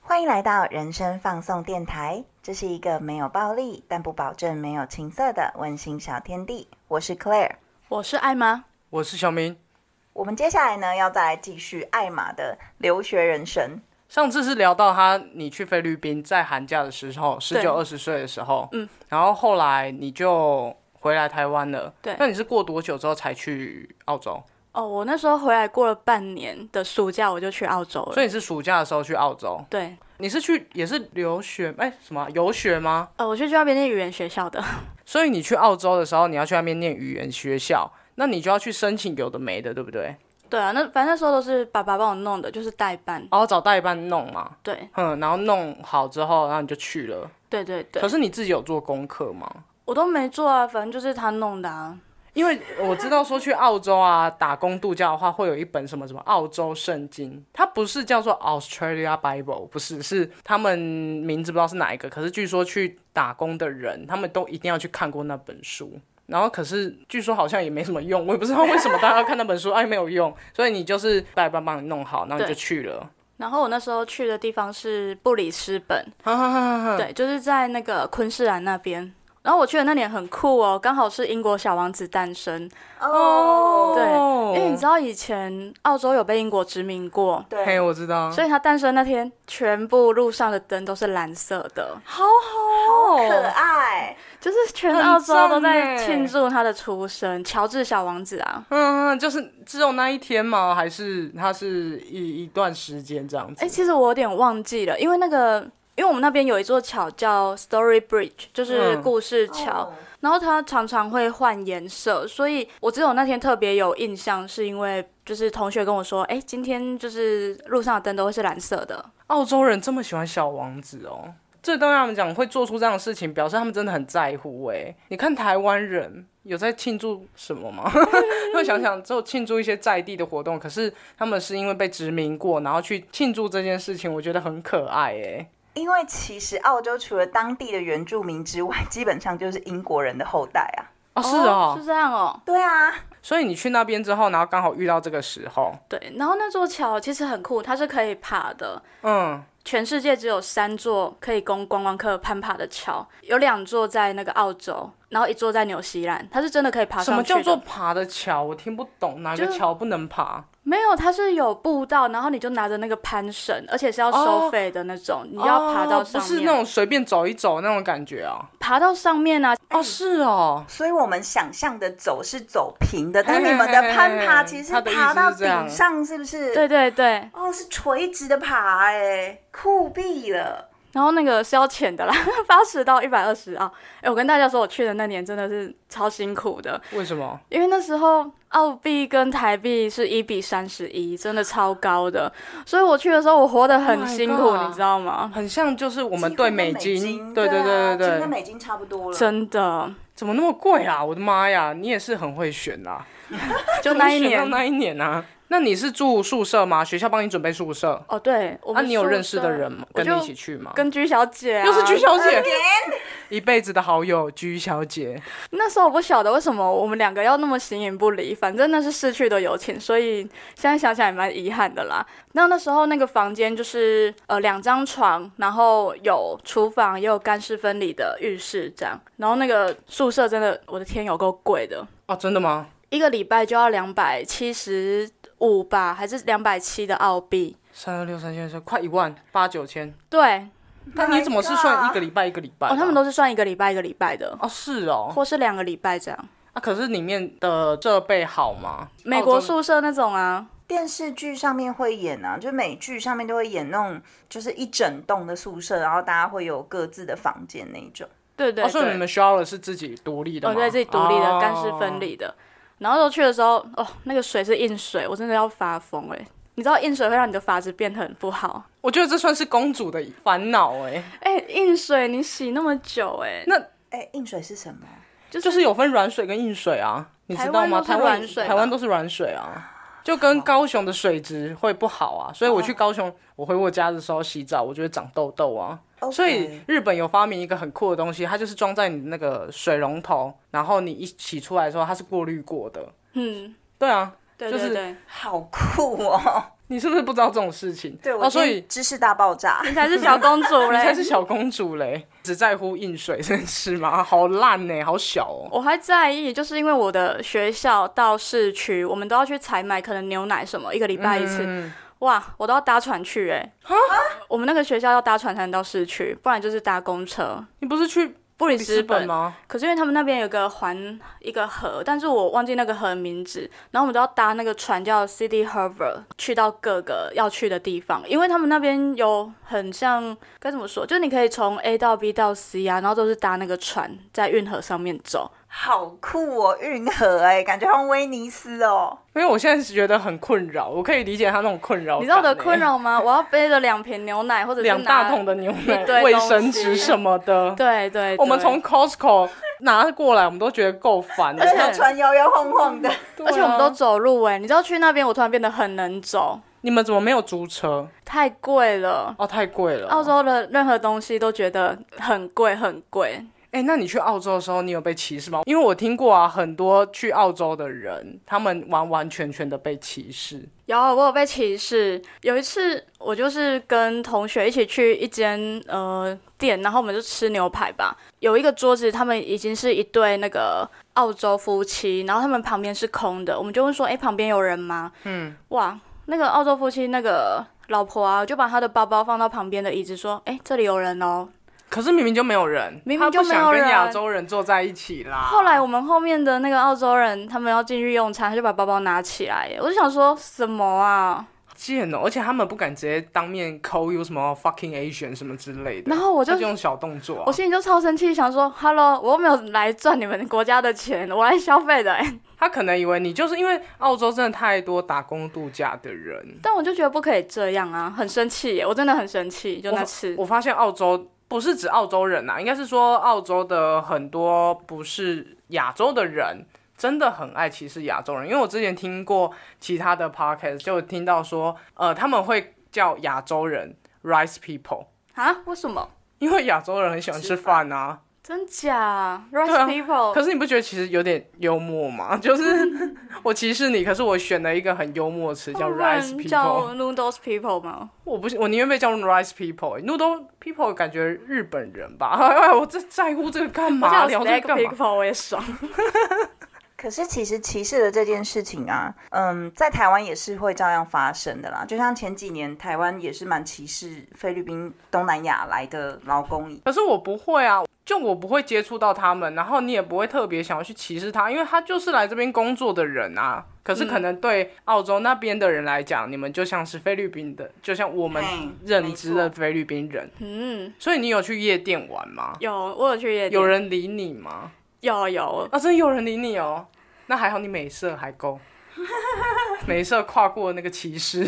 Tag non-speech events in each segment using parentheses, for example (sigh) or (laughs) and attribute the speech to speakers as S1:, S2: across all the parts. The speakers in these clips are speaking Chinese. S1: 欢迎来到人生放送电台，这是一个没有暴力，但不保证没有情色的温馨小天地。我是 Claire，
S2: 我是艾玛，
S3: 我是小明。
S1: 我们接下来呢要再来继续艾玛的留学人生。
S3: 上次是聊到他，你去菲律宾在寒假的时候，十九二十岁的时候，
S2: 嗯，
S3: 然后后来你就回来台湾了。
S2: 对
S3: 那你是过多久之后才去澳洲？
S2: 哦，我那时候回来过了半年的暑假，我就去澳洲
S3: 所
S2: 了。
S3: 以你是暑假的时候去澳洲？
S2: 对，
S3: 你是去也是留学？哎、什么啊游学吗？
S2: 呃，我是去那边念语言学校的。 (laughs)
S3: 所以你去澳洲的时候，你要去那边念语言学校，那你就要去申请有的没的，对不对？
S2: 对啊，那反正那时候都是爸爸帮我弄的，就是代办。
S3: 然后哦找代办弄嘛，
S2: 对，
S3: 嗯，然后弄好之后，然后你就去了。
S2: 对对对
S3: 可，是你自己有做功课吗？
S2: 我都没做啊，反正就是他弄的啊。
S3: 因为我知道说去澳洲啊打工度假的话，会有一本什么什么澳洲圣经，它不是叫做 Australia Bible，不是，是他们名字不知道是哪一个。可是据说去打工的人，他们都一定要去看过那本书。然后可是据说好像也没什么用，我也不知道为什么大家要看那本书，哎，没有用。所以你就是爸爸帮你弄好，然后你就
S2: 对
S3: 去了。
S2: 然后我那时候去的地方是布里斯本，对，就是在那个昆士兰那边。然后我去的那年很酷哦，刚好是英国小王子诞生。
S1: 哦
S2: 对，因为你知道以前澳洲有被英国殖民过，
S1: 对
S3: (laughs) 嘿，哦我知道，
S2: 所以它诞生那天，全部路上的灯都是蓝色的，
S1: 可爱，
S2: 就是全澳洲都
S3: 很赞
S2: 在
S3: 欸
S2: 庆祝他的出生，乔治小王子啊。
S3: 嗯， (laughs) 就是只有那一天吗？还是它是一一段时间这样子？
S2: 哎、其实我有点忘记了，因为那个，因为我们那边有一座桥叫 Story Bridge，就是
S3: 嗯
S2: 故事桥，
S1: 哦
S2: 然后它常常会换颜色，所以我只有那天特别有印象，是因为就是同学跟我说，哎、今天就是路上的灯都会是蓝色的。
S3: 澳洲人这么喜欢小王子哦，这对他们讲会做出这样的事情，表示他们真的很在乎哎、你看台湾人有在庆祝什么
S2: (laughs)
S3: 吗？会想想只有庆祝一些在地的活动，可是他们是因为被殖民过，然后去庆祝这件事情，我觉得很可爱哎、
S1: 因为其实澳洲除了当地的原住民之外，基本上就是英国人的后代啊。
S3: 哦，是哦，
S2: 是这样哦。
S1: 对啊，
S3: 所以你去那边之后，然后刚好遇到这个时候，
S2: 对，然后那座桥其实很酷，它是可以爬的。
S3: 嗯，
S2: 全世界只有三座可以供观光客攀爬的桥，有两座在那个澳洲，然后一座在纽西兰。它是真的可以爬
S3: 什
S2: 上
S3: 么
S2: 去的
S3: 叫做爬的桥？我听不懂哪个
S2: 就是
S3: 桥不能爬。
S2: 没有？它是有步道，然后你就拿着那个攀绳，而且是要收费的那种，你要爬到
S3: 哦哦不
S2: 上
S3: 是
S2: 面。
S3: 那种随便走一走那种感觉啊。
S2: 爬到上面啊！
S3: 哦，是哦，
S1: 所以我们想象的走是走平的，
S3: 嘿嘿
S1: 但你们的攀爬其实
S3: 他
S1: 是
S3: 的意思
S1: 爬到
S3: 是这样
S1: 顶上，是不是？
S2: 对。对对，
S1: 哦，是垂直的爬、哎，酷毙了！
S2: 然后那个是要钱的啦， (laughs) 八十到一百二十啊！哎，我跟大家说，我去的那年真的是超辛苦的，
S3: 为什么？
S2: 因为那时候澳币跟台币是一比三十一，真的超高的，所以我去的时候我活得很辛苦
S3: Oh my god
S2: 你知道吗？
S3: 很像就是我
S1: 我
S3: 们对美
S1: 金，
S3: 金，
S1: 对
S3: 对对
S1: 啊
S3: 对对
S1: 就跟
S3: 对，
S1: 美金差不多了。，Oh
S2: 真的，
S3: 怎么那么贵啊？我的妈呀，你也是很会选啦、
S2: 就那一
S3: 怎么选到
S2: 年
S3: 那一年啊。那你是住宿舍吗？学校帮你准备宿舍？
S2: 哦，对，我
S3: 那、
S2: 们
S3: 啊你有
S2: 宿舍
S3: 认识的人吗？
S2: 我
S3: 跟你
S2: 就
S3: 一起去吗？
S2: 跟居小姐、啊，
S3: 又是居小姐，
S1: Again？
S3: 一辈子的好友居小姐。
S2: 那时候我不晓得为什么我们两个要那么形影不离，反正那是逝去的友情，所以现在想想也蛮遗憾的啦。那那时候那个房间就是呃两张床，然后有厨房，也有干湿分离的浴室这样。然后那个宿舍真的，我的天，有够贵的，
S3: 哦，真的吗？
S2: 一个礼拜就要两百七十五吧，还是两百七的澳币？
S3: 三二六三千三，快一万八九千。
S2: 对，
S3: 那你怎么是算一个
S1: 礼
S3: 礼拜一个礼拜的
S2: Oh 哦，
S3: 啊、
S2: 他们都是算一个礼拜一个礼拜的，
S3: 哦是哦。
S2: 或是两个礼拜这样。
S3: 啊，可是里面的设备好吗？
S2: 美国
S3: 澳洲
S2: 宿舍那种啊，
S1: 电视剧上面会演啊，就是美剧上面都会演那种，就是一整栋的宿舍，然后大家会有各自的房间那一种。
S2: 对对
S3: 哦，
S2: 对。
S3: 所以你们 shower 是自己独立的
S2: 哦，
S3: 吗？
S2: 对，自己独立的，干湿
S3: 哦
S2: 分离的。然后那时候去的时候，哦，那个水是硬水，我真的要发疯哎、你知道硬水会让你的发质变得很不好，
S3: 我觉得这算是公主的烦恼哎，
S2: 哎、硬水你洗那么久哎、
S3: 那
S1: 哎，硬水是什么？
S2: 就是
S3: 就是有分软水跟硬水啊，你知道吗？台
S2: 台
S3: 湾
S2: 湾都是软水吧
S3: 台湾都是软水啊，就跟高雄的水质会不好啊，所以我
S2: 哦
S3: 去高雄，我回我家的时候洗澡，我就会长痘痘
S2: 哦
S3: 啊。
S1: OK
S3: 所以日本有发明一个很酷的东西，它就是装在你那个水龙头，然后你一洗出来的时候，它是过滤过的。
S2: 嗯，
S3: 对啊，
S2: 对
S3: 就
S2: 对
S3: 是
S2: 对，
S1: 好酷哦！
S3: 你是不是不知道这种事情？
S1: 对，我
S3: 哦，所
S1: 今天
S3: 以
S1: 知识大爆炸。
S2: 你才是小公主
S3: (laughs) 你才
S2: 嘞。
S3: 哎是小公主嘞，只在乎硬水这件事吗？ (laughs) 啊好烂呢、好小哦。
S2: 我还在意，就是因为我的学校到市区，我们都要去采买，可能牛奶什么，一个礼拜一次。
S3: 嗯，
S2: 哇，我都要搭船去哎、我们那个学校要搭船才能到市区，不然就是搭公车。
S3: 哦你不是去
S2: 布里
S3: 里斯
S2: 斯
S3: 本
S2: 本？
S3: 吗？
S2: 可是因为他们那边有个环一个河，但是我忘记那个河的名字，然后我们都要搭那个船叫 City Harbour 去到各个要去的地方，因为他们那边有很像该怎么说，就是你可以从 A 到 B 到 C 啊，然后都是搭那个船在运河上面走。
S1: 好酷哦，运河哎、感觉像威尼斯哦。
S3: 因为我现在是觉得很困扰，我可以理解他那种困扰、欸
S2: 你知道我的困。扰吗？我要背着两瓶牛奶或者是
S3: 两
S2: 拿
S3: 大桶的牛奶
S2: 一、堆
S3: 卫
S2: 东
S3: 生
S2: 西
S3: 纸什么的，
S2: 对对对
S3: 我们从 Costco 拿过来，我们都觉得够烦了。
S1: 而且还穿摇摇晃晃的，
S3: 对啊
S2: 而且我们都走路哎、你知道去那边我突然变得很能走，
S3: 你们怎么没有租车？
S2: 太贵了。
S3: 哦，太贵了。
S2: 澳，洲的任何东西都觉得很贵很贵，
S3: 哎、那你去澳洲的时候，你有被歧视吗？因为我听过啊，很多去澳洲的人，他们完完全全的被歧视。
S2: 有，我有被歧视。有一次，我就是跟同学一起去一间呃店，然后我们就吃牛排吧。有一个桌子，他们已经是一对那个澳洲夫妻，然后他们旁边是空的，我们就问说：“哎、旁边有人吗？”嗯，哇，那个澳洲夫妻那个老婆啊，就把她的包包放到旁边的椅子，说：“哎、这里有人哦。
S3: 可是明明就没有人，
S2: 明明
S3: 他不
S2: 就没
S3: 想
S2: 有
S3: 跟
S2: 人
S3: 亚洲人坐在一起啦。
S2: 后来我们后面的那个澳洲人，他们要进去用餐，他就把包包拿起来，我就想说什么啊？
S3: 贱哦，而且他们不敢直接当面扣 you 什么 fucking Asian 什么之类的。
S2: 然后我
S3: 我
S2: 就
S3: 这种小动作、啊，
S2: 我心里就超生气，想说，Hello，我又没有来赚你们国家的钱，我来消费的、 (laughs) 欸。
S3: 他可能以为你就是因为澳洲真的太多打工度假的人。
S2: 但我就觉得不可以这样啊，很生气耶，我真的很生气。就那次，
S3: 我发现澳洲不是指澳洲人呐、啊应该是说澳洲的很多不是亚洲的人。真的很爱歧视亚洲人，因为我之前听过其他的 podcast，就有听到说，呃，他们会叫亚洲人 rice people，
S2: 啊，为什么？
S3: 因为亚洲人很喜欢吃饭啊。
S2: 真假
S3: 对啊
S2: ？Rice people，、哦
S3: 可是你不觉得其实有点幽默吗？ (laughs) 就是我歧视你，可是我选了一个很幽默的词
S2: 他
S3: 叫
S2: 哦们不
S3: rice
S2: 能叫
S3: people。
S2: noodles people 吗？
S3: 我不是，我宁愿被叫 rice people、noodle people，感觉日本人吧。 (laughs) 哎，我这在乎这个干
S2: 我
S3: 嘛？
S2: 叫
S3: 聊
S2: steak
S3: 这个干嘛？
S2: people 我也爽。 (laughs)
S1: 可是其实歧视的这件事情啊，嗯，在台湾也是会照样发生的啦。就像前几年台湾也是蛮歧视菲律宾、东南亚来的劳工，
S3: 可是我不会啊，就我不会接触到他们，然后你也不会特别想要去歧视他，因为他就是来这边工作的人啊。可是可能对澳洲那边的人来讲，你们就像是菲律宾的，就像我
S2: 哎
S3: 们
S1: 嘿
S3: 认知
S1: 没
S3: 的
S1: 错
S3: 菲律宾人。
S2: 嗯，
S3: 所以你有去夜店玩吗？
S2: 有，我有去夜店，
S3: 有人理你吗？
S2: 有有，
S3: 啊，真的有人理你哦。那还好你美色
S1: (laughs)
S3: 还够，美色跨过那个歧视。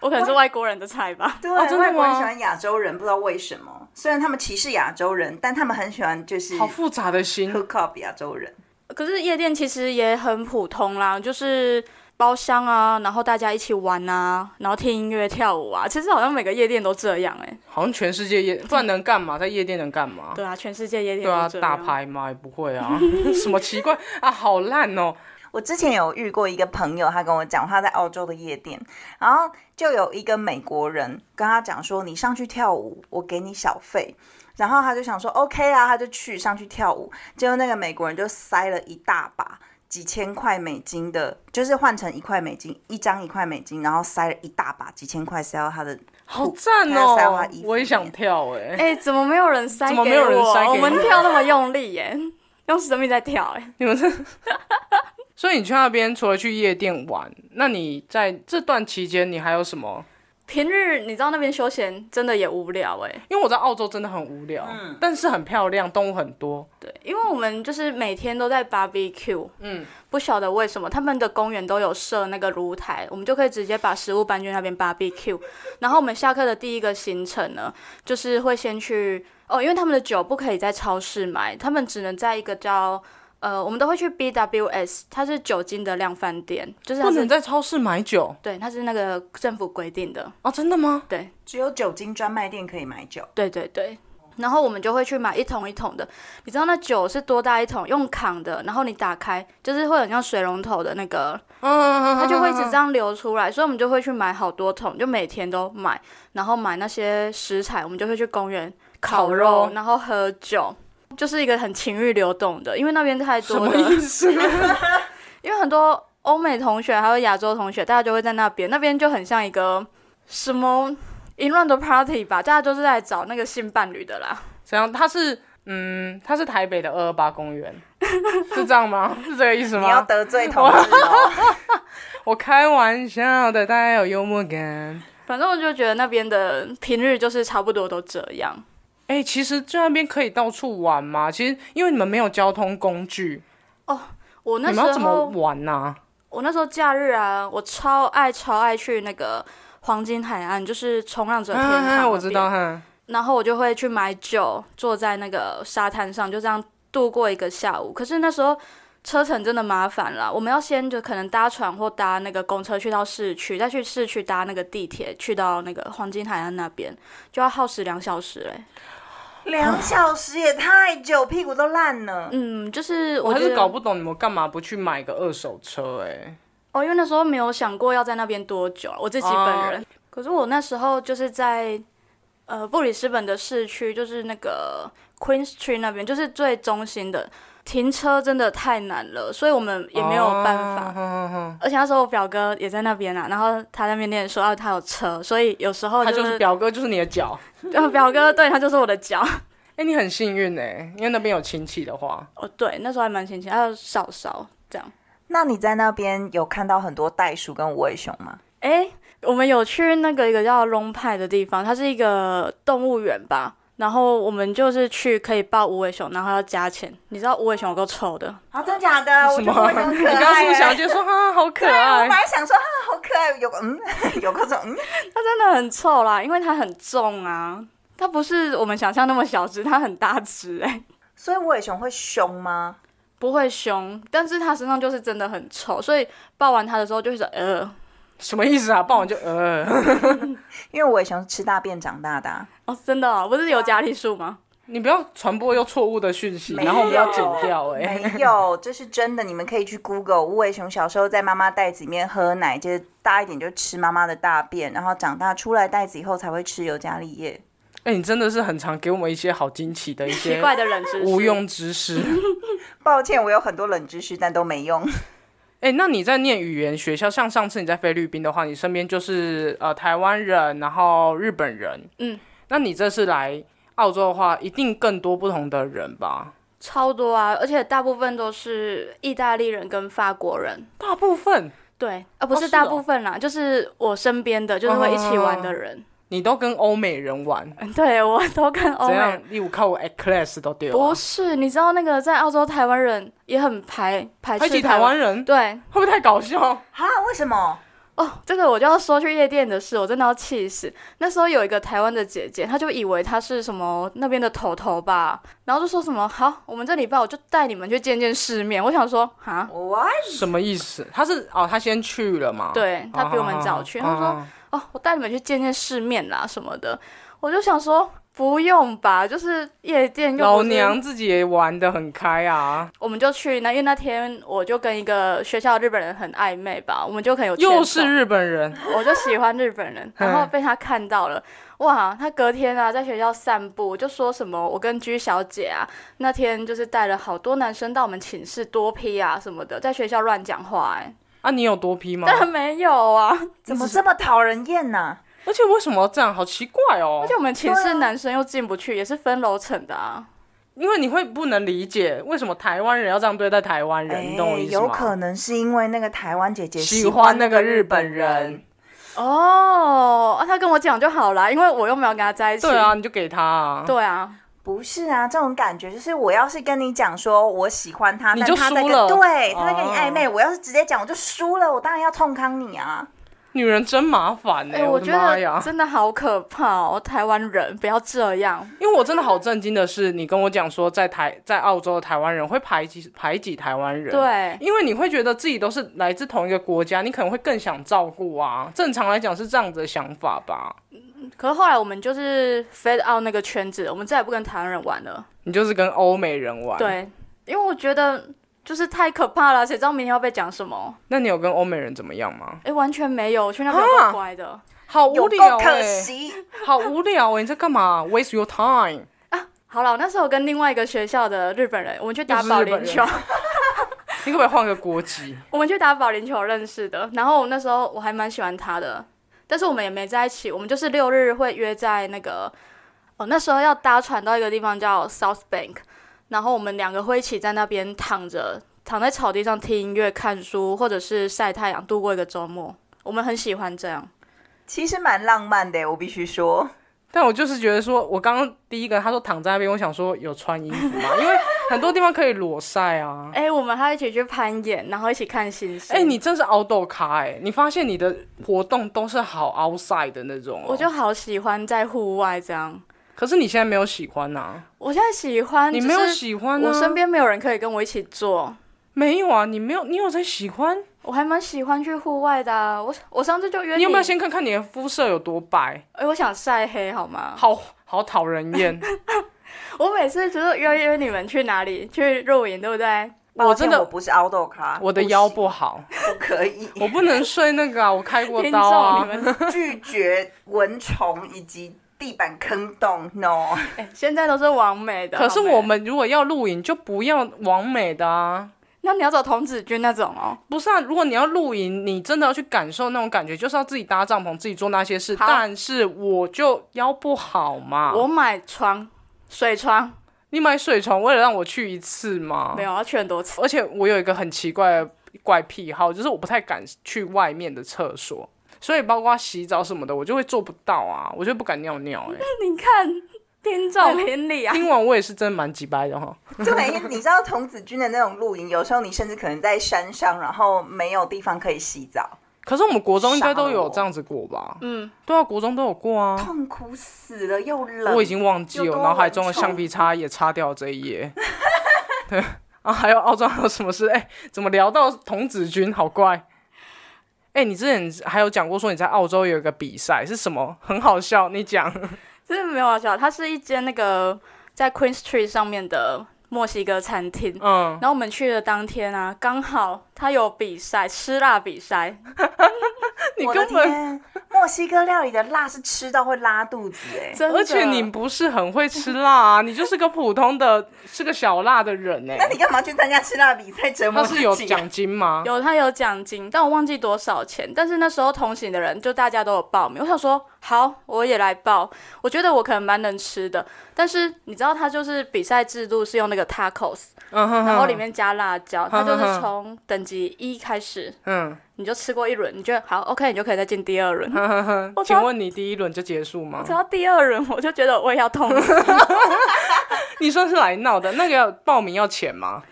S2: 我可能是外国人的菜吧。
S1: 对，
S3: 哦真的
S1: 外国人
S3: 吗
S1: 喜欢亚洲人，不知道为什么。虽然他们歧视亚洲人，但他们很喜欢就是
S3: 好复杂的心。
S1: hook up 亚洲人。
S2: (laughs) 可是夜店其实也很普通啦，就是包厢啊，然后大家一起玩啊，然后听音乐、跳舞啊。其实好像每个夜店都这样哎、
S3: 好像全世界夜，不然能干嘛？在夜店能干嘛？
S2: 对啊，全世界夜店
S3: 对啊，
S2: 都这样。
S3: 打牌嘛也不会啊， (laughs) 什么奇怪啊，好烂哦！
S1: 我之前有遇过一个朋友，他跟我讲他在澳洲的夜店，然后就有一个美国人跟他讲说：“你上去跳舞，我给你小费。”然后他就想说 OK 啊，他就去上去跳舞，结果那个美国人就塞了一大把几千块美金的，就是换成一块美金，一张一块美金，然后塞了一大把几千块塞到他的，
S3: 好赞
S1: 还有塞花
S3: 哦
S1: 衣！服
S3: 我也想跳哎、
S2: 哎、怎么没有人塞给
S3: 怎
S2: 我？
S3: 么没有人塞给
S2: 我们
S3: 你
S2: 跳那么用力耶、 (laughs) 用生命在跳哎、
S3: 你们这，所以你去那边除了去夜店玩，那你在这段期间你还有什么？
S2: 平日你知道那边休闲真的也无聊哎、
S3: 因为我在澳洲真的很无聊，
S1: 嗯
S3: 但是很漂亮，动物很多。
S2: 对，因为我们就是每天都在 barbecue，嗯，不晓得为什么他们的公园都有设那个炉台，我们就可以直接把食物搬去那边 barbecue。然后我们下课的第一个行程呢，就是会先去哦，因为他们的酒不可以在超市买，他们只能在一个叫。呃，我们都会去 BWS，它是酒精的量贩店，就是
S3: 不
S2: 它
S3: 能
S2: 是
S3: 在超市买酒
S2: 对，它是那个政府规定的，
S3: 啊？真的吗？
S2: 对
S1: 只有酒精专卖店可以买酒，
S2: 对对对。然后我们就会去买一桶一桶的，你知道那酒是多大一桶，用扛的，然后你打开就是会很像水龙头的那个
S3: 嗯，
S2: 它就会一直这样流出来，所以我们就会去买好多桶，就每天都买，然后买那些食材，我们就会去公园 (laughs) 烤肉，
S3: 烤肉
S2: 然后喝酒，就是一个很情欲流动的，因为那边太
S3: 什
S2: 多
S3: 么
S2: 的，
S3: 意思？
S2: (laughs) 因为很多欧美同学还有亚洲同学，大家就会在那边，那边就很像一个什么淫乱的 party 吧，大家都是在找那个性伴侣的啦。
S3: 怎样？它是嗯，它是台北的二二八公园，是这样吗？ (laughs) 是这个意思
S1: 你要
S3: 吗？
S1: 得罪同志
S3: (laughs)
S1: 哦。我
S3: 我开玩笑的，大家有幽默感。
S2: 反正我就觉得那边的平日就是差不多都这样。
S3: 哎、其实在那边可以到处玩吗？其实因为你们没有交通工具，
S2: 我那
S3: 你
S2: 时
S3: 们
S2: 候
S3: 要怎么玩啊呐、
S2: 我那时候假日啊，我超爱超爱去那个黄金海岸，就是冲浪者
S3: 啊？
S2: 天堂、
S3: 哎我知道。哈，
S2: 然后我就会去买酒，坐在那个沙滩上，就这样度过一个下午。可是那时候车程真的麻烦啦，我们要先就可能搭船或搭那个公车去到市区，再去市区搭那个地铁去到那个黄金海岸那边，就要耗时两小时欸嘞、
S1: 两小时也太久，屁股都烂了。
S2: 嗯，就是
S3: 我
S2: 我
S3: 还
S2: 觉
S3: 是
S2: 得
S3: 搞不懂你们干嘛不去买个二手车、哎，
S2: 哦，因为那时候没有想过要在那边多久，啊我自己本
S3: 哦
S2: 人。可是我那时候就是在呃布里斯本的市区，就是那个 Queen Street 那边，就是最中心的，停车真的太难了，所以我们也没有办
S3: 哦
S2: 法。而且那时候我表哥也在那边啊，然后他在那边念说，啊，他有车，所以有时候
S3: 他
S2: 就
S3: 就是
S2: 是，
S3: 表哥，就是你的脚。
S2: 呃表哥对他就是我的脚。
S3: 哎、你很幸运哎、因为那边有亲戚的话，
S2: 哦，对，那时候还蛮亲切，还有嫂嫂这样。
S1: 那你在那边有看到很多袋鼠跟无尾熊吗？
S2: 诶，我们有去那个一个叫龙派的地方，它是一个动物园吧。然后我们就是去可以抱无尾熊，然后要加钱。你知道无尾熊有够臭的，
S1: 啊，真假 (laughs) 的？我
S3: 什
S1: 就
S3: 么？
S1: 不会
S3: (laughs)
S1: 这么
S3: 你
S1: 可爱、
S3: 刚刚是不是想就说啊，好可
S1: 对，我
S3: 爱
S1: 本？来想说啊，好可爱，有个 (laughs) 嗯，有各种嗯，
S2: 它真的很臭啦，因为它很重啊。它不是我们想象那么小只，它很大只诶，
S1: 所以无尾熊会凶吗？
S2: 不会凶，但是它身上就是真的很臭，所以抱完它的时候就会说呃，
S3: 什么意思啊？抱完就呃， (laughs)
S1: 因为无尾熊是吃大便长大的、啊，
S2: 哦，真的、哦，不是有家里树吗？
S3: 你不要传播又错误的讯息，
S1: 没有
S3: 然后我们要剪掉哎、
S1: 没有，这是真的。你们可以去 Google 无尾熊小时候在妈妈袋子里面喝奶，接着大一点就吃妈妈的大便，然后长大出来袋子以后才会吃尤加利叶。
S3: 哎、你真的是很常给我们一些好惊奇
S2: (laughs)
S3: 的一
S2: 奇
S3: 些
S2: 怪的人知识，
S3: 无用知识。 (laughs)
S1: 抱歉，我有很多冷知识，但都没用。
S3: 哎、那你在念语言学校，像上次你在菲律宾的话，你身边就是呃台湾人，然后日本人，
S2: 嗯，
S3: 那你这次来澳洲的话，一定更多不同的人吧？
S2: 超多啊，而且大部分都是意大利人跟法国人。
S3: 大部分
S2: 对，啊，不
S3: 哦
S2: 是
S3: 是
S2: 大
S3: 哦
S2: 部分啦，就是我身边的，就是会一起玩的人。
S3: 你都跟欧美人玩，
S2: 嗯 (laughs) 对我都跟欧
S3: 哦怎
S2: 美
S3: 样
S2: 人。？
S3: 例如靠我 A class 都丢、
S2: 不
S3: 啊，
S2: 是，你知道那个在澳洲台湾人也很排排
S3: 还
S2: 斥
S3: 提台湾人，
S2: 对
S3: 会不会太搞笑？
S1: 哈？为什么？
S2: 哦，这个我就要说去夜店的事，我真的要气死。那时候有一个台湾的姐姐，她就以为她是什么那边的头头吧，然后就说什么好，我们这礼拜我就带你们去见见世面。我想说啊，
S1: 我
S3: 什么意思？他是哦，他先去了嘛？啊
S2: 对她比我们早去，她说
S3: 哦
S2: 哦，我带你们去见见世面啦什么的。我就想说，不用吧，就是夜店又不
S3: 老
S2: 是
S3: 娘，自己也玩的很开啊，
S2: 我们就去那，因为那天我就跟一个学校的日本人很暧昧吧，我们就可能有牵手
S3: 又是，日嗯本人，
S2: 我就喜欢日本
S3: (laughs)
S2: 人，然后被他看到了，哇，他隔天啊在学校散步就说什么，我跟居小姐啊那天就是带了好多男生到我们寝室多批啊什么的，在学校乱讲话、哎，
S3: 啊，你有多批吗？
S2: 当然没有啊，
S3: 哦
S1: 怎么这么讨人厌呢、
S3: 而且为什么要这样？好奇怪哦
S2: 而且！我们寝
S1: 对
S2: 室
S1: 啊
S2: 男生又进不去，也是分楼层的啊。
S3: 因为你会不能理解为什么台湾人要这样对待台湾
S2: 哎
S3: 人，你懂我意思吗？
S1: 有可能是因为那个台湾姐姐
S3: 喜欢那个日本人，，
S2: 哦，啊他跟我讲就好啦，因为我又没有跟他在一起。
S3: 对啊，，你就给他啊，
S2: 对啊，
S1: 不是啊？这种感觉就是，我要是跟你讲说我喜欢他，
S3: 你
S1: 但
S3: 就
S1: 他在
S3: 输
S1: 跟
S3: 了
S1: 对他在跟你
S3: 哦
S1: 暧昧，我要是直接讲我就输了，我当然要痛康你啊！
S3: 女人真麻烦呢、
S2: 哎、
S3: 我
S2: 我
S3: 的
S2: 觉
S3: 妈
S2: 得
S3: 呀！
S2: 真的好可怕哦，台湾人不要这样。
S3: 因为我真的好震惊的是，你跟我讲说在台在澳洲的台湾人会排挤排挤台湾人，，
S2: 对，
S3: 因为你会觉得自己都是来自同一个国家，你可能会更想照顾啊。正常来讲是这样子的想法吧？
S2: 可是后来我们就是 fade out 那个圈子，我们再也不跟台湾人玩了。
S3: 你就是跟欧美人玩，。
S2: 对，因为我觉得就是太可怕了，谁知道明天要被讲什么？
S3: 那你有跟欧美人怎么样吗？
S2: 哎，完全没有，我去那边有够乖的。
S3: 好
S1: 有
S3: 无
S1: 够
S3: 聊
S1: 可
S2: 欸
S3: 哎、
S1: 惜。
S3: 好无聊哎、你在干嘛？Waste your time。
S2: 好了，我那时候跟另外一个学校的日本人，我们去打保龄
S3: 又是日
S2: 球
S3: 本，你可不可以换个国籍？
S2: 我们去打保龄球认识的。然后我那时候我还蛮喜欢他的，但是我们也没在一起，我们就是六日会约在那个，哦，那时候要搭船到一个地方叫 South Bank，然后我们两个会一起在那边躺着，躺在草地上听音乐、看书，或者是晒太阳，度过一个周末。我们很喜欢这样。
S1: 其实蛮浪漫的，我必须说，
S3: 但我就是觉得说，我刚刚第一个他说躺在那边，我想说有穿衣服吗？因为很多地方可以裸晒啊。
S2: 哎、我们还一起去攀岩，然后一起看星星。
S3: 哎、你真是凹豆咖哎、你发现你的活动都是好 outside 的那种、哦，
S2: 我就好喜欢在户外这样。
S3: 可是你现在没有喜欢呐、
S2: 我现在喜欢，
S3: 你没有喜欢、啊，
S2: 我身边没有人可以跟我一起做，
S3: 没有啊，你没有，你有在喜欢？
S2: 我还蛮喜欢去户外的啊、我我上次就约
S3: 你有没有先看看你的肤色有多白？
S2: 哎、我想晒黑好吗？
S3: 好好讨人厌，
S2: 我每次就是约约你们去哪里去露营，对不对？
S1: 抱
S3: 我
S1: 歉
S3: 真的
S1: 我不是凹豆咖，
S3: 我的腰
S1: (laughs) 不
S3: 不好，
S1: 行不可以，
S3: 我不能睡那个啊，我开过
S2: (laughs) 听
S3: 刀啊
S2: 众，你们、
S1: 拒绝蚊虫以及地板坑洞，no。 (laughs)
S2: 哎现在都是完美的。
S3: 可是
S2: 好美
S3: 我，们如果要露营，就不要完美的啊。
S2: 那你要走童子军那种哦。
S3: 不是啊，如果你要露营，你真的要去感受那种感觉，就是要自己搭帐篷，自己做那些事。
S2: 好
S3: 但是我就腰不好嘛，
S2: 我买床，水床
S3: 你买水床为了让我去一次吗？
S2: 没
S3: 有。
S2: 有，要去很多次。 (laughs)
S3: 而且我有一个很奇怪的怪癖好，就是我不太敢去外面的厕所，所以包括洗澡什么的，我就会做不到啊，我就不敢尿尿、
S1: (laughs)
S3: 欸。
S2: 你看，听众评理啊！
S3: 听完我也是真的蛮鸡掰的哈。
S1: 对，因为你知道童子军的那种露营，有时候你甚至可能在山上，然后没有地方可以洗澡，
S3: 可是我们国中应该都
S1: 傻了
S3: 有
S1: 我
S3: 这样子过吧？
S2: 嗯，
S3: 对啊，国中都有过啊。
S1: 痛苦死了，又冷。
S3: 我已经忘记
S1: 有
S3: 了，
S1: 多
S3: 我脑海中的
S1: 蚊虫
S3: 橡皮擦也擦掉了这一页。 (laughs) 对啊，还有澳洲还有什么事？哎、怎么聊到童子军？好怪。哎、你之前还有讲过说你在澳洲有一个比赛是什么？很好笑，你讲。
S2: 真的没有好笑，它是一间那个在 Queen Street 上面的墨西哥餐厅。
S3: 嗯，
S2: 然后我们去的当天啊，刚好他有比赛，吃辣比赛，
S3: 你
S1: (laughs) 我的
S3: 根本，
S1: 天，墨西哥料理的辣是吃到会拉肚子哎、
S3: (laughs)
S2: 真的。
S3: 而且你不是很会吃辣、啊，你就是个普通的，是个小辣的人哎、
S1: 那你干嘛去参加吃辣比赛折
S3: 他
S1: 磨自
S3: 是
S1: 己？啊
S3: 有 (laughs) 奖金吗？
S2: 有他有奖金，但我忘记多少钱。但是那时候同行的人就大家都有报名，我想说好，我也来报。我觉得我可能蛮能吃的，但是你知道他就是比赛制度是用那个 tacos，、
S3: 嗯哼哼，
S2: 然后里面加辣椒，他就
S3: 哼
S2: 是
S3: 哼
S2: 从等级一开始，
S3: 嗯
S2: 你就吃过一轮，你觉得好 OK，你就可以再进第二轮。
S3: 哼哼哼，
S2: 我
S3: 嗯请
S2: 超
S3: 问你第一轮就结束吗？
S2: 只要第二轮，我就觉得我也要痛死。 (laughs)
S3: 你算是来闹的，那个要报名要钱吗？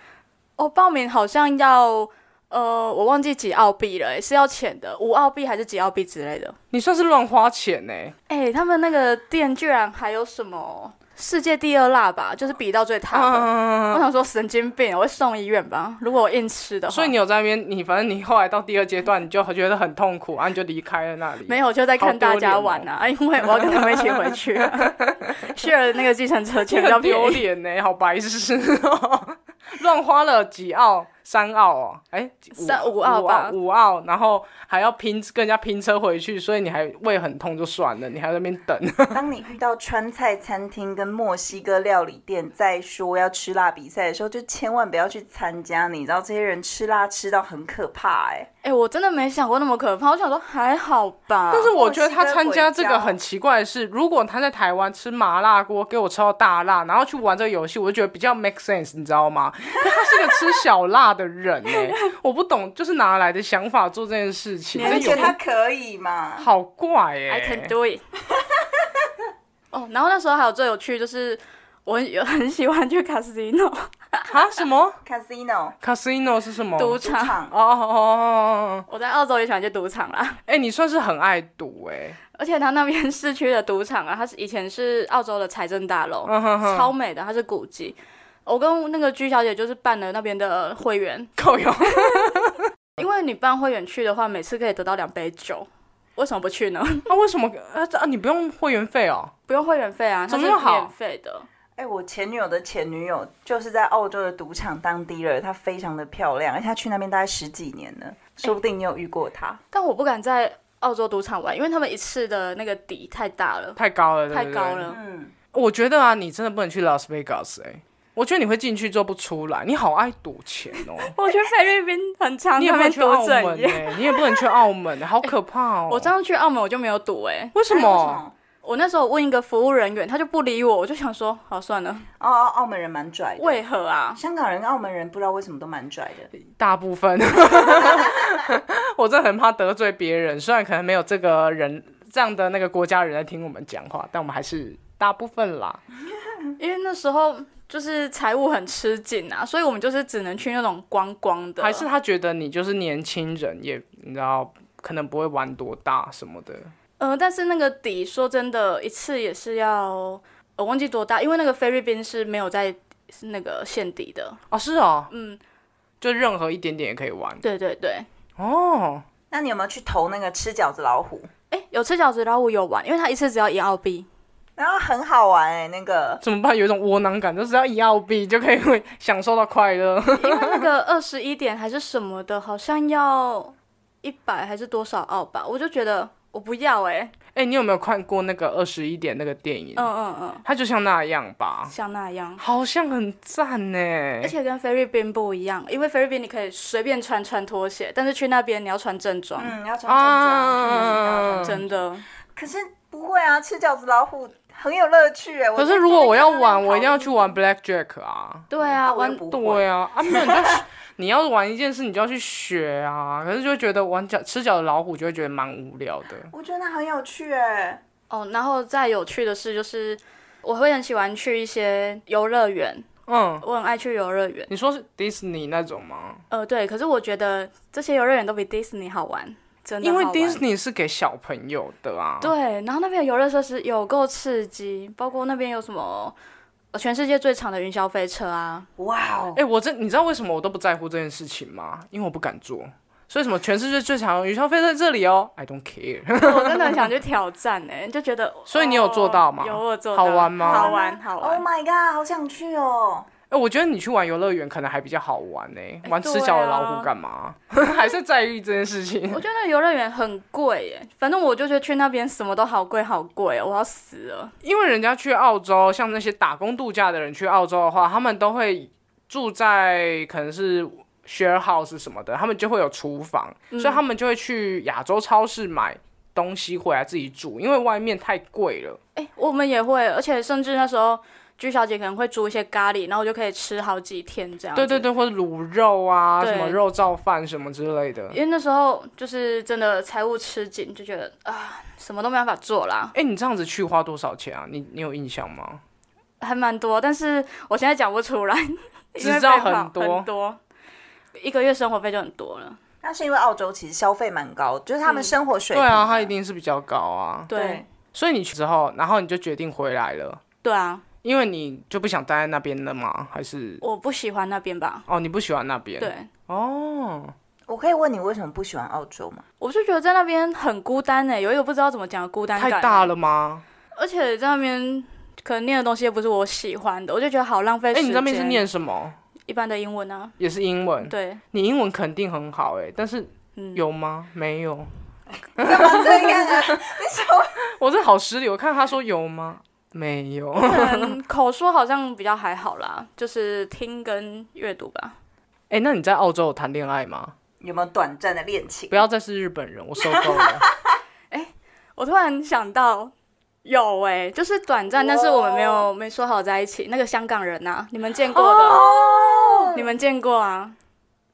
S2: 哦，报名好像要，呃，我忘记几澳币了欸，是要钱的，五澳币还是几澳币之类的？
S3: 你算是乱花钱欸呢、
S2: 哎、他们那个店居然还有什么世界第二辣吧，就是比到最烫
S3: 嗯
S2: 的。我想说神经病，我会送医院吧。如果我硬吃的话，
S3: 所以你有在那边，你反正你后来到第二阶段，你就觉得很痛苦，啊，你就离开了那里。
S2: 没有我就在看
S3: 好丢
S2: 大
S3: 脸
S2: 家
S3: 哦
S2: 玩啊，因为我要跟他们一起回
S3: (laughs)
S2: 去、啊、，share 那个计程车钱比较
S3: 很丢
S2: 便宜。
S3: 脸呢，好白痴哦， (laughs) 乱花了几澳、三澳哦，哎，
S2: 三
S3: 五
S2: 五澳吧
S3: 五澳，然后还要拼跟人家拼车回去，所以你还胃很痛就算了，你还在那边
S2: (laughs)
S3: 等。
S1: 当你遇到川菜餐厅跟墨西哥料理店在说要吃辣比赛的时候，就千万不要去参加。你知道这些人吃辣吃到很可怕哎、
S2: 哎、我真的没想过那么可怕，我想说还好吧。
S3: 但是我觉得他参加这
S1: 墨西哥
S3: 个
S1: 鬼椒
S3: 很奇怪的是，如果他在台湾吃麻辣锅，给我吃到大辣，然后去玩这个游戏，我就觉得比较 make sense，你知道吗？可他是个吃小辣的人呢、
S2: (laughs)
S3: 我不懂，就是哪来的想法做这件事情，
S1: 而
S3: 这
S1: 且
S3: 有
S1: 他可以嘛？
S3: 好怪哎、
S2: I can do it 。 (laughs) (laughs) 哦，然后那时候还有最有趣就是，我很有很喜欢去 casino，
S3: 啊？什么 (laughs)
S1: casino
S3: casino 是什么？
S2: 赌
S3: 哦
S2: 场。
S1: 场
S3: 哦哦哦哦！哦
S2: 我在澳洲也喜欢去赌场啦，
S3: 哎、你算是很爱赌哎、
S2: 而且它那边市区的赌场啊，它是以前是澳洲的财政大楼，
S3: 嗯
S2: 超美的，它是古迹。我跟那个居小姐就是办了那边的会员，
S3: 够用。
S2: (laughs) 因为你办会员去的话，每次可以得到两杯酒，为什么不去呢？ (laughs)
S3: 那、为什么啊？这啊，你不用会员费哦？
S2: 不用会员费啊，它
S3: 怎
S2: 是
S3: 么那么好
S2: 免费的。
S1: 哎、我前女友的前女友就是在澳洲的赌场当 dealer，她非常的漂亮，而且她去那边大概十几年了，说不定你有遇过她。
S2: 但我不敢在澳洲赌场玩，因为他们一次的那个底太大了，
S3: 太高了，对
S2: 太
S3: 不对
S2: 高。了。
S1: 嗯，
S3: 我觉得啊，你真的不能去 Las Vegas 哎、我觉得你会进去之后不出来，你好爱赌钱
S2: (laughs)
S3: 哦。
S2: 我去菲律宾很常
S3: 你也
S2: 那
S3: 不能
S2: 边
S3: 去
S2: 赌
S3: 澳
S2: 整
S3: 门
S2: 夜。
S3: 哎、你也不能去澳门、好可怕哦。
S2: (laughs) 我上次去澳门我就没有赌哎、
S3: 为什
S1: 哎
S3: 么？？
S2: 我那时候问一个服务人员，他就不理我，我就想说，好算了，
S1: 哦哦，澳门人蛮拽的。
S2: 为何啊？
S1: 香港人、澳门人不知道为什么都蛮拽的。
S3: 大部分， (laughs) 我真的很怕得罪别人。虽然可能没有这个人这样的那个国家人在听我们讲话，但我们还是大部分啦。
S2: 因为那时候就是财务很吃紧啊，所以我们就是只能去那种光光的，
S3: 还是他觉得你就是年轻人，也你知道，可能不会玩多大什么的。
S2: 呃，但是那个底说真的，一次也是要我忘记多大，因为那个菲律宾是没有在那个限底的，
S3: 哦，是哦，
S2: 嗯，
S3: 就任何一点点也可以玩
S2: 对对对。
S3: 哦。
S1: 那你有没有去投那个吃饺子老虎？
S2: 哎，有吃饺子老虎有玩，因为它一次只要一澳币，
S1: 然后很好玩哎、那个
S3: 怎么办？有一种窝囊感，就是要一澳币就可以会享受到快乐。 (laughs)
S2: 因为那个二十一点还是什么的，好像要一百还是多少澳吧，我就觉得我不要哎、
S3: 哎、你有没有看过那个二十一点那个电影？
S2: 嗯嗯嗯，
S3: 它就像那样吧，
S2: 像那样。
S3: 好像很赞呢。
S2: 而且跟菲律宾不一样，因为菲律宾你可以随便穿穿拖鞋，但是去那边你要穿正装，
S1: 嗯，要穿正
S3: 啊
S1: 装。嗯
S2: 真的。
S1: 可是不会啊，吃饺子老虎很有乐趣哎、
S3: 可是如果我要玩，我一定要去玩 Blackjack 啊。
S2: 对
S1: 嗯
S2: 啊，
S1: 我就
S2: 玩
S1: 不会。
S3: 对啊，啊没有你就 (laughs) 要你要玩一件事，你就要去学啊。可是就会觉得玩脚吃脚的老虎，就会觉得蛮无聊的。
S1: 我觉得很有趣哎、
S2: 哦，然后再有趣的是，就是我会很喜欢去一些游乐园，
S3: 嗯，
S2: 我很爱去游乐园。
S3: 你说是 Disney 那种吗？
S2: 呃，对，可是我觉得这些游乐园都比迪士尼好玩，真的
S3: 因为
S2: 好玩
S3: Disney 是给小朋友的啊。
S2: 对，然后那边的游乐设施有够刺激，包括那边有什么呃全世界最长的云霄飞车啊，
S1: 哇哦
S3: 哎、！我真你知道为什么我都不在乎这件事情吗？因为我不敢做。所以什么全世界最强的云霄飞在这里哦，I don't care。 (laughs)
S2: (laughs) 我真的很想去挑战哎、就觉得。
S3: 所以你有做到吗
S2: 哦有我做到，
S3: 好玩吗
S2: 好玩，好
S1: Oh
S2: 玩。
S1: my god，好想去哦！
S3: 哎、我觉得你去玩游乐园可能还比较好玩呢、玩吃
S2: 对
S3: 脚的
S2: 啊
S3: 老虎干嘛？ (laughs) 还是在意这件事情
S2: 我？觉得那个游乐园很贵耶，反正我就觉得去那边什么都好贵好贵哦，我要死了。
S3: 因为人家去澳洲，像那些打工度假的人去澳洲的话，他们都会住在可能是 share house 什么的，他们就会有厨房，所以他们就会去亚洲超市买东西回来自己煮，因为外面太贵了。
S2: 哎、我们也会，而且甚至那时候居小姐可能会煮一些咖喱，然后我就可以吃好几天这样。
S3: 对对。对，或者卤肉啊，
S2: 对
S3: 什么肉燥饭什么之类的。
S2: 因为那时候就是真的财务吃紧，就觉得啊，什么都没办法做啦，
S3: 哎、你这样子去花多少钱啊？你你有印象吗？
S2: 还蛮多，但是我现在讲不出来，
S3: 只
S2: 因为
S3: 知道
S2: 被跑
S3: 很多
S2: 很多，一个月生活费就很多了。
S1: 那是因为澳洲其实消费蛮高，就是他们生活水
S3: 对
S1: 平、
S3: 啊，它一定是比较高啊。
S2: 对
S1: 对
S2: 对
S3: 所以你去之后，然后你就决定回来了，
S2: 啊，
S3: 因为你就不想待在那边了吗？还是
S2: 我不喜欢那边吧？
S3: 哦，你不喜欢那边？。
S2: 对，
S3: 哦，
S1: 我可以问你为什么不喜欢澳洲吗？
S2: 我就觉得在那边很孤单呢、有一个不知道怎么讲的孤单感，
S3: 太大，了吗？
S2: 而且在那边可能念的东西也不是我喜欢的，我就觉得好浪费
S3: 哎、
S2: 时间。
S3: 你那边是念什么？
S2: 一般的英文啊？
S3: 也是英文。
S2: 对，
S3: 你英文肯定很好哎、但是
S2: 嗯，
S3: 有吗？没有。
S1: 干嘛这样啊？
S3: 我这好失礼，我看他说有吗？没有。 (laughs)
S2: 可能口说好像比较还好啦，就是听跟阅读吧。
S3: 哎、那你在澳洲有谈恋爱吗？
S1: 有没有短暂的恋情
S3: 不？要再是日本人，我受
S2: (laughs)
S3: 够了。
S2: 我突然想到，有哎、就是短暂，但是我们没有没说好在一起。那个香港人呐、啊，你们见过的，
S3: 哦
S2: 你们见过啊？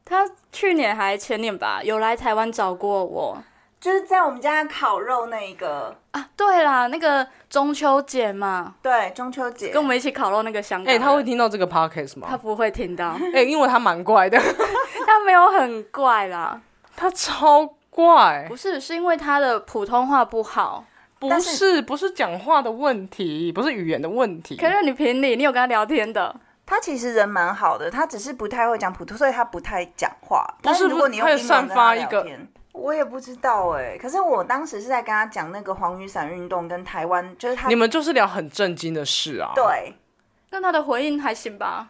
S2: 他去年还前年吧，有来台湾找过我，
S1: 就是在我们家烤肉那一个，
S2: 啊，对啦，那个中秋节嘛，
S1: 对，中秋节
S2: 跟我们一起烤肉那个香港
S3: 哎、
S2: 人，
S3: 他会听到这个 podcast
S2: 他
S3: 吗？
S2: 不会听到，
S3: 哎、因为他蛮怪的， (laughs)
S2: 他没有很怪啦，
S3: 他超怪
S2: 不，是，是因为他的普通话不好。
S3: 不
S1: 但
S3: 是不是讲话的问题，不是语言的问题，
S2: 可是你评理，你有跟他聊天的，
S1: 他其实人蛮好的，他只是不太会讲普通，所以他不太讲话。
S3: 不
S1: 但
S3: 是
S1: 如果你用
S3: 他
S1: 英
S3: 有
S1: 文
S3: 散
S1: 跟
S3: 发
S1: 他
S3: 一
S1: 聊
S3: 个
S1: 天，我也不知道哎、可是我当时是在跟他讲那个黄雨伞运动跟台湾，就是他
S3: 你们就是聊很震惊的事啊。，
S1: 对
S2: 那他的回应还行吧？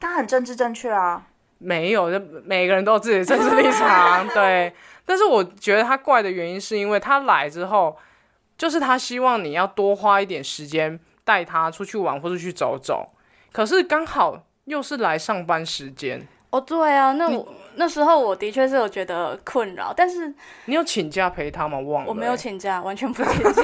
S1: 他很政治正确啊。
S3: 没有，就每个人都有自己的政治
S2: (laughs)
S3: 立场，对。但是我觉得他怪的原因是因为他来之后，就是他希望你要多花一点时间带他出去玩或是去走走，可是刚好又是来上班时间，
S2: 哦，对啊，那我那时候我的确是有觉得困扰，但是
S3: 你有请假陪他吗？忘了、
S2: 我没有
S3: 欸
S2: 请假，完全不请假，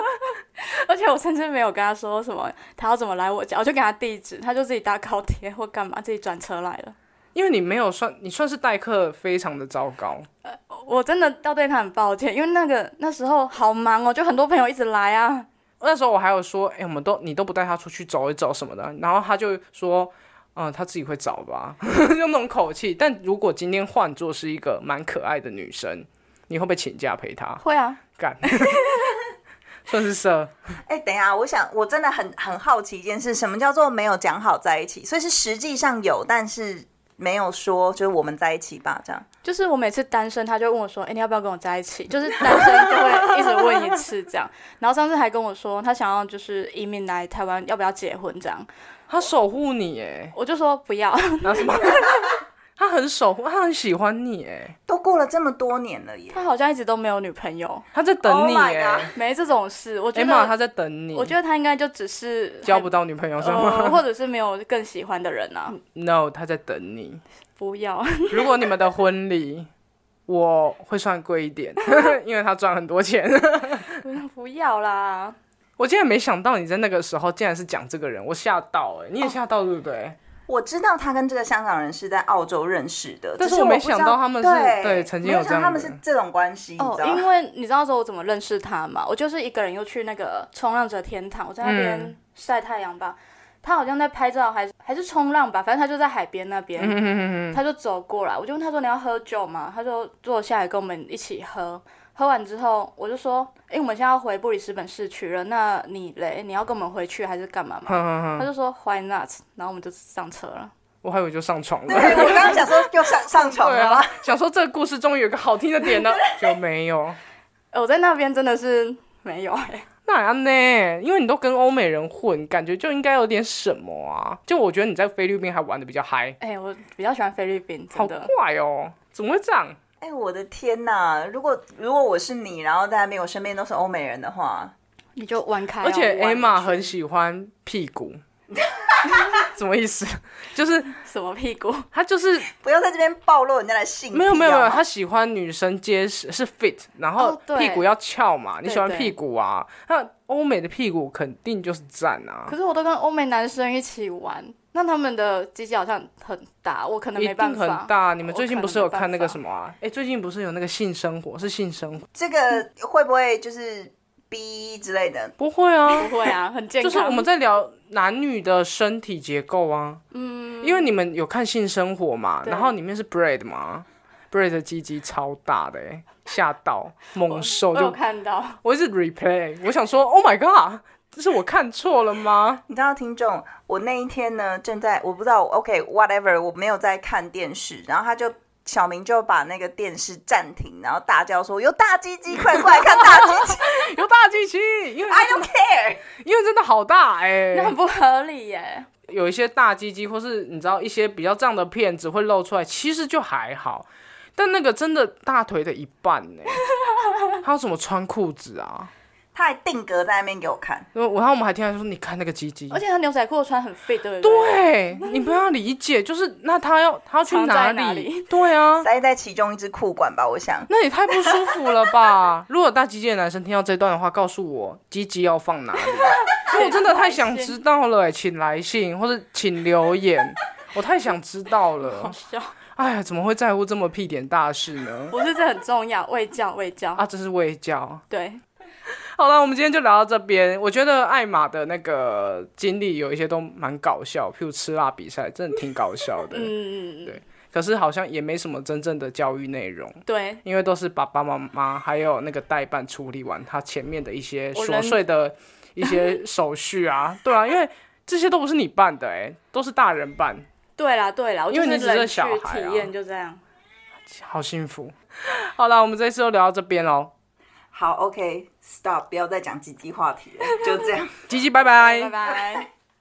S2: (laughs) 而且我甚至没有跟他说什么，他要怎么来我家，我就给他地址，他就自己搭高铁或干嘛，自己转车来了。
S3: 因为你没有算，你算是代课非常的糟糕。
S2: 我真的要对他很抱歉，因为那个那时候好忙哦，就很多朋友一直来啊。
S3: 那时候我还有说，哎、我们都你都不带他出去走一走什么的，然后他就说，嗯，他自己会找吧， (laughs) 用那种口气。但如果今天换作是一个蛮可爱的女生，你会不会请假陪她
S2: 会啊，
S3: 干？ (laughs) 算是色，
S1: 哎、等一下，我想我真的很很好奇一件事，什么叫做没有讲好在一起？所以是实际上有，但是没有说就是我们在一起吧，这样。
S2: 就是我每次单身，他就问我说：“哎、你要不要跟我在一起？”就是单身就会一直问一次这样。然后上次还跟我说，他想要就是移民来台湾，要不要结婚这样？
S3: 他守护你哎，
S2: 我就说不要。
S3: 然后什么？ (laughs) 他很守护，他很喜欢你哎，
S1: 都过了这么多年了耶，
S2: 他好像一直都没有女朋友，
S3: 他在等你
S1: Oh my
S3: 哎，
S1: God
S3: 哎
S2: 没这种事。我觉得，
S3: 妈，他在等你。
S2: 我觉得他应该就只是
S3: 交不到女朋友是吗、
S2: 呃，或者是没有更喜欢的人啊。
S3: n o 他在等你。
S2: 不要， (laughs)
S3: (laughs) 如果你们的婚礼，我会算贵一点， (laughs) 因为他赚很多钱。 (laughs)
S2: 不要啦！
S3: 我竟然没想到你在那个时候竟然是讲这个人，我吓到哎、你也吓到对不对？
S1: 我知道他跟这个香港人是在澳洲认识的，
S3: 但是
S1: 只是
S3: 我
S1: 我
S3: 没
S1: 不知道
S3: 想到他们是
S1: 对
S3: 对曾经
S1: 没有
S3: 有
S1: 想
S3: 这样
S1: 到他们
S3: 的
S1: 是这种关系，你
S2: 哦
S1: 知，道
S2: 因
S3: (laughs)
S1: 吗？
S2: 为你知道说我怎么认识他吗？我就是一个人又去那个冲浪者天堂，我在那边
S3: 嗯
S2: 晒太阳吧。他好像在拍照，还是还是冲浪吧，反正他就在海边那
S3: 嗯
S2: 边，他就走过来，我就问他说你要喝酒吗？他就坐下来跟我们一起喝。喝完之后，我就说，哎、我们现在要回布里斯本市区了，那你嘞，你要跟我们回去还是干嘛嘛？他就说 Why not？然后我们就上车了。
S3: (laughs) 我还以为就上床
S1: (laughs)
S3: 了。(laughs)
S1: 对，我刚刚想说又上上床
S3: 对
S1: 了
S3: 啊
S1: 吗？，
S3: 想说这个故事终于有个好听的点
S2: (laughs)
S3: 了，就没有。
S2: 呃我在那边真的是没有、欸，
S3: 那样呢？因为你都跟欧美人混，感觉就应该有点什么啊？就我觉得你在菲律宾还玩的比较嗨，
S2: 哎、我比较喜欢菲律宾，
S3: 好
S2: 真的。
S3: 怪哦，怎么会这样？
S1: 哎、我的天呐！如果如果我是你，然后在那边我身边都是欧美人的话，
S2: 你就玩开啊、
S3: 而且
S2: 玩
S3: Emma 很喜欢屁股， (laughs) 什么意思？ (laughs) 就是
S2: 什么屁股？
S3: 她就是
S1: 不要在这边暴露人家的性癖
S3: 没有没有没
S1: 好
S3: 有，
S1: 吗
S3: 她喜欢女生结实是 fit，然后
S2: 哦对
S3: 屁股要翘嘛，你喜欢
S2: 对
S3: 屁股啊？那欧美的屁股肯定就是赞啊
S2: (laughs) 可，是我都跟欧美男生一起玩，那他们的鸡鸡好像很大，我可能
S3: 一
S2: 没办
S3: 定
S2: 法。
S3: 很大。你们
S2: 我
S3: 最近
S2: 可
S3: 不
S2: 能
S3: 是有
S2: 没办
S3: 看那个
S2: 法
S3: 什么啊？哎，最近不是有那个性生活是性生活？
S1: 这个会不会就是逼之类的？
S3: 不会啊，
S2: 不会啊，很健
S3: 就
S2: 康。
S3: 是我们在聊男女的身体结构啊。嗯，因为你们有看性生活嘛，
S2: 对
S3: 然后里面是 Brad 嘛，Brad 的鸡鸡超大的、欸，吓到猛兽
S2: 我有
S3: 就
S2: 看到，
S3: 我一直 replay，我想说 Oh my God，这是我看错了吗？
S1: 你知道，听众，我那一天呢，正在我不知道，OK whatever，我没有在看电视，然后他就小明就把那个电视暂停，然后大叫说：“有大鸡鸡，快过来看大鸡鸡
S3: 有大机器，因
S1: (laughs)
S3: 为
S1: ！I
S2: 哎
S1: don't care。
S3: 因为真的好大哎、
S2: 那很不合理耶。
S3: 有一些大鸡鸡，或是你知道一些比较这样的片子会露出来，其实就还好，但那个真的大腿的一半
S2: (laughs)
S3: 呢、他要怎么穿裤子啊？”
S1: 他还定格在那边给我看，
S3: 然后我们还听他说，你看那个鸡鸡
S2: 而，且他牛仔裤穿很 fit，对不对？
S3: 对啊你不要理解，就是那他要他要去
S2: 藏在
S3: 哪
S2: 哪
S3: 里
S2: 里？
S3: 对啊，
S1: 塞在其中一只裤管吧，我想。
S3: 那也太不舒服了吧！如果有大鸡鸡的男生听到这段的话，告诉我鸡鸡要放哪里，因为我真的
S2: (laughs)
S3: 太想知道了、欸，请来信或者请留言，我太想知道了
S2: 好。笑。
S3: 哎呀，怎么会在乎这么屁点大事呢？
S2: 不是这很重要，卫教卫教，
S3: 啊，这是卫教。
S2: 对，
S3: 好了，我们今天就聊到这边。我觉得艾玛的那个经历有一些都蛮搞笑，譬如吃辣比赛，真的挺搞笑的。
S2: 嗯，
S3: 对可是好像也没什么真正的教育内容，
S2: 对，
S3: 因为都是爸爸妈妈还有那个代办处理完他前面的一些
S2: 我
S3: 琐
S2: 能
S3: 碎的一些手续啊。对啊，因为这些都不是你办的、欸，都是大人办，
S2: 对啦，对啦，我
S3: 因为
S2: 就
S3: 你只是
S2: 人去
S3: 小孩啊
S2: 体验就这样。
S3: 好幸福。好了，我们这次就聊到这边喽，
S1: 好，OK，stop，、不要再讲鸡鸡话题了，就这样。
S3: 吉吉，拜拜
S2: 拜拜。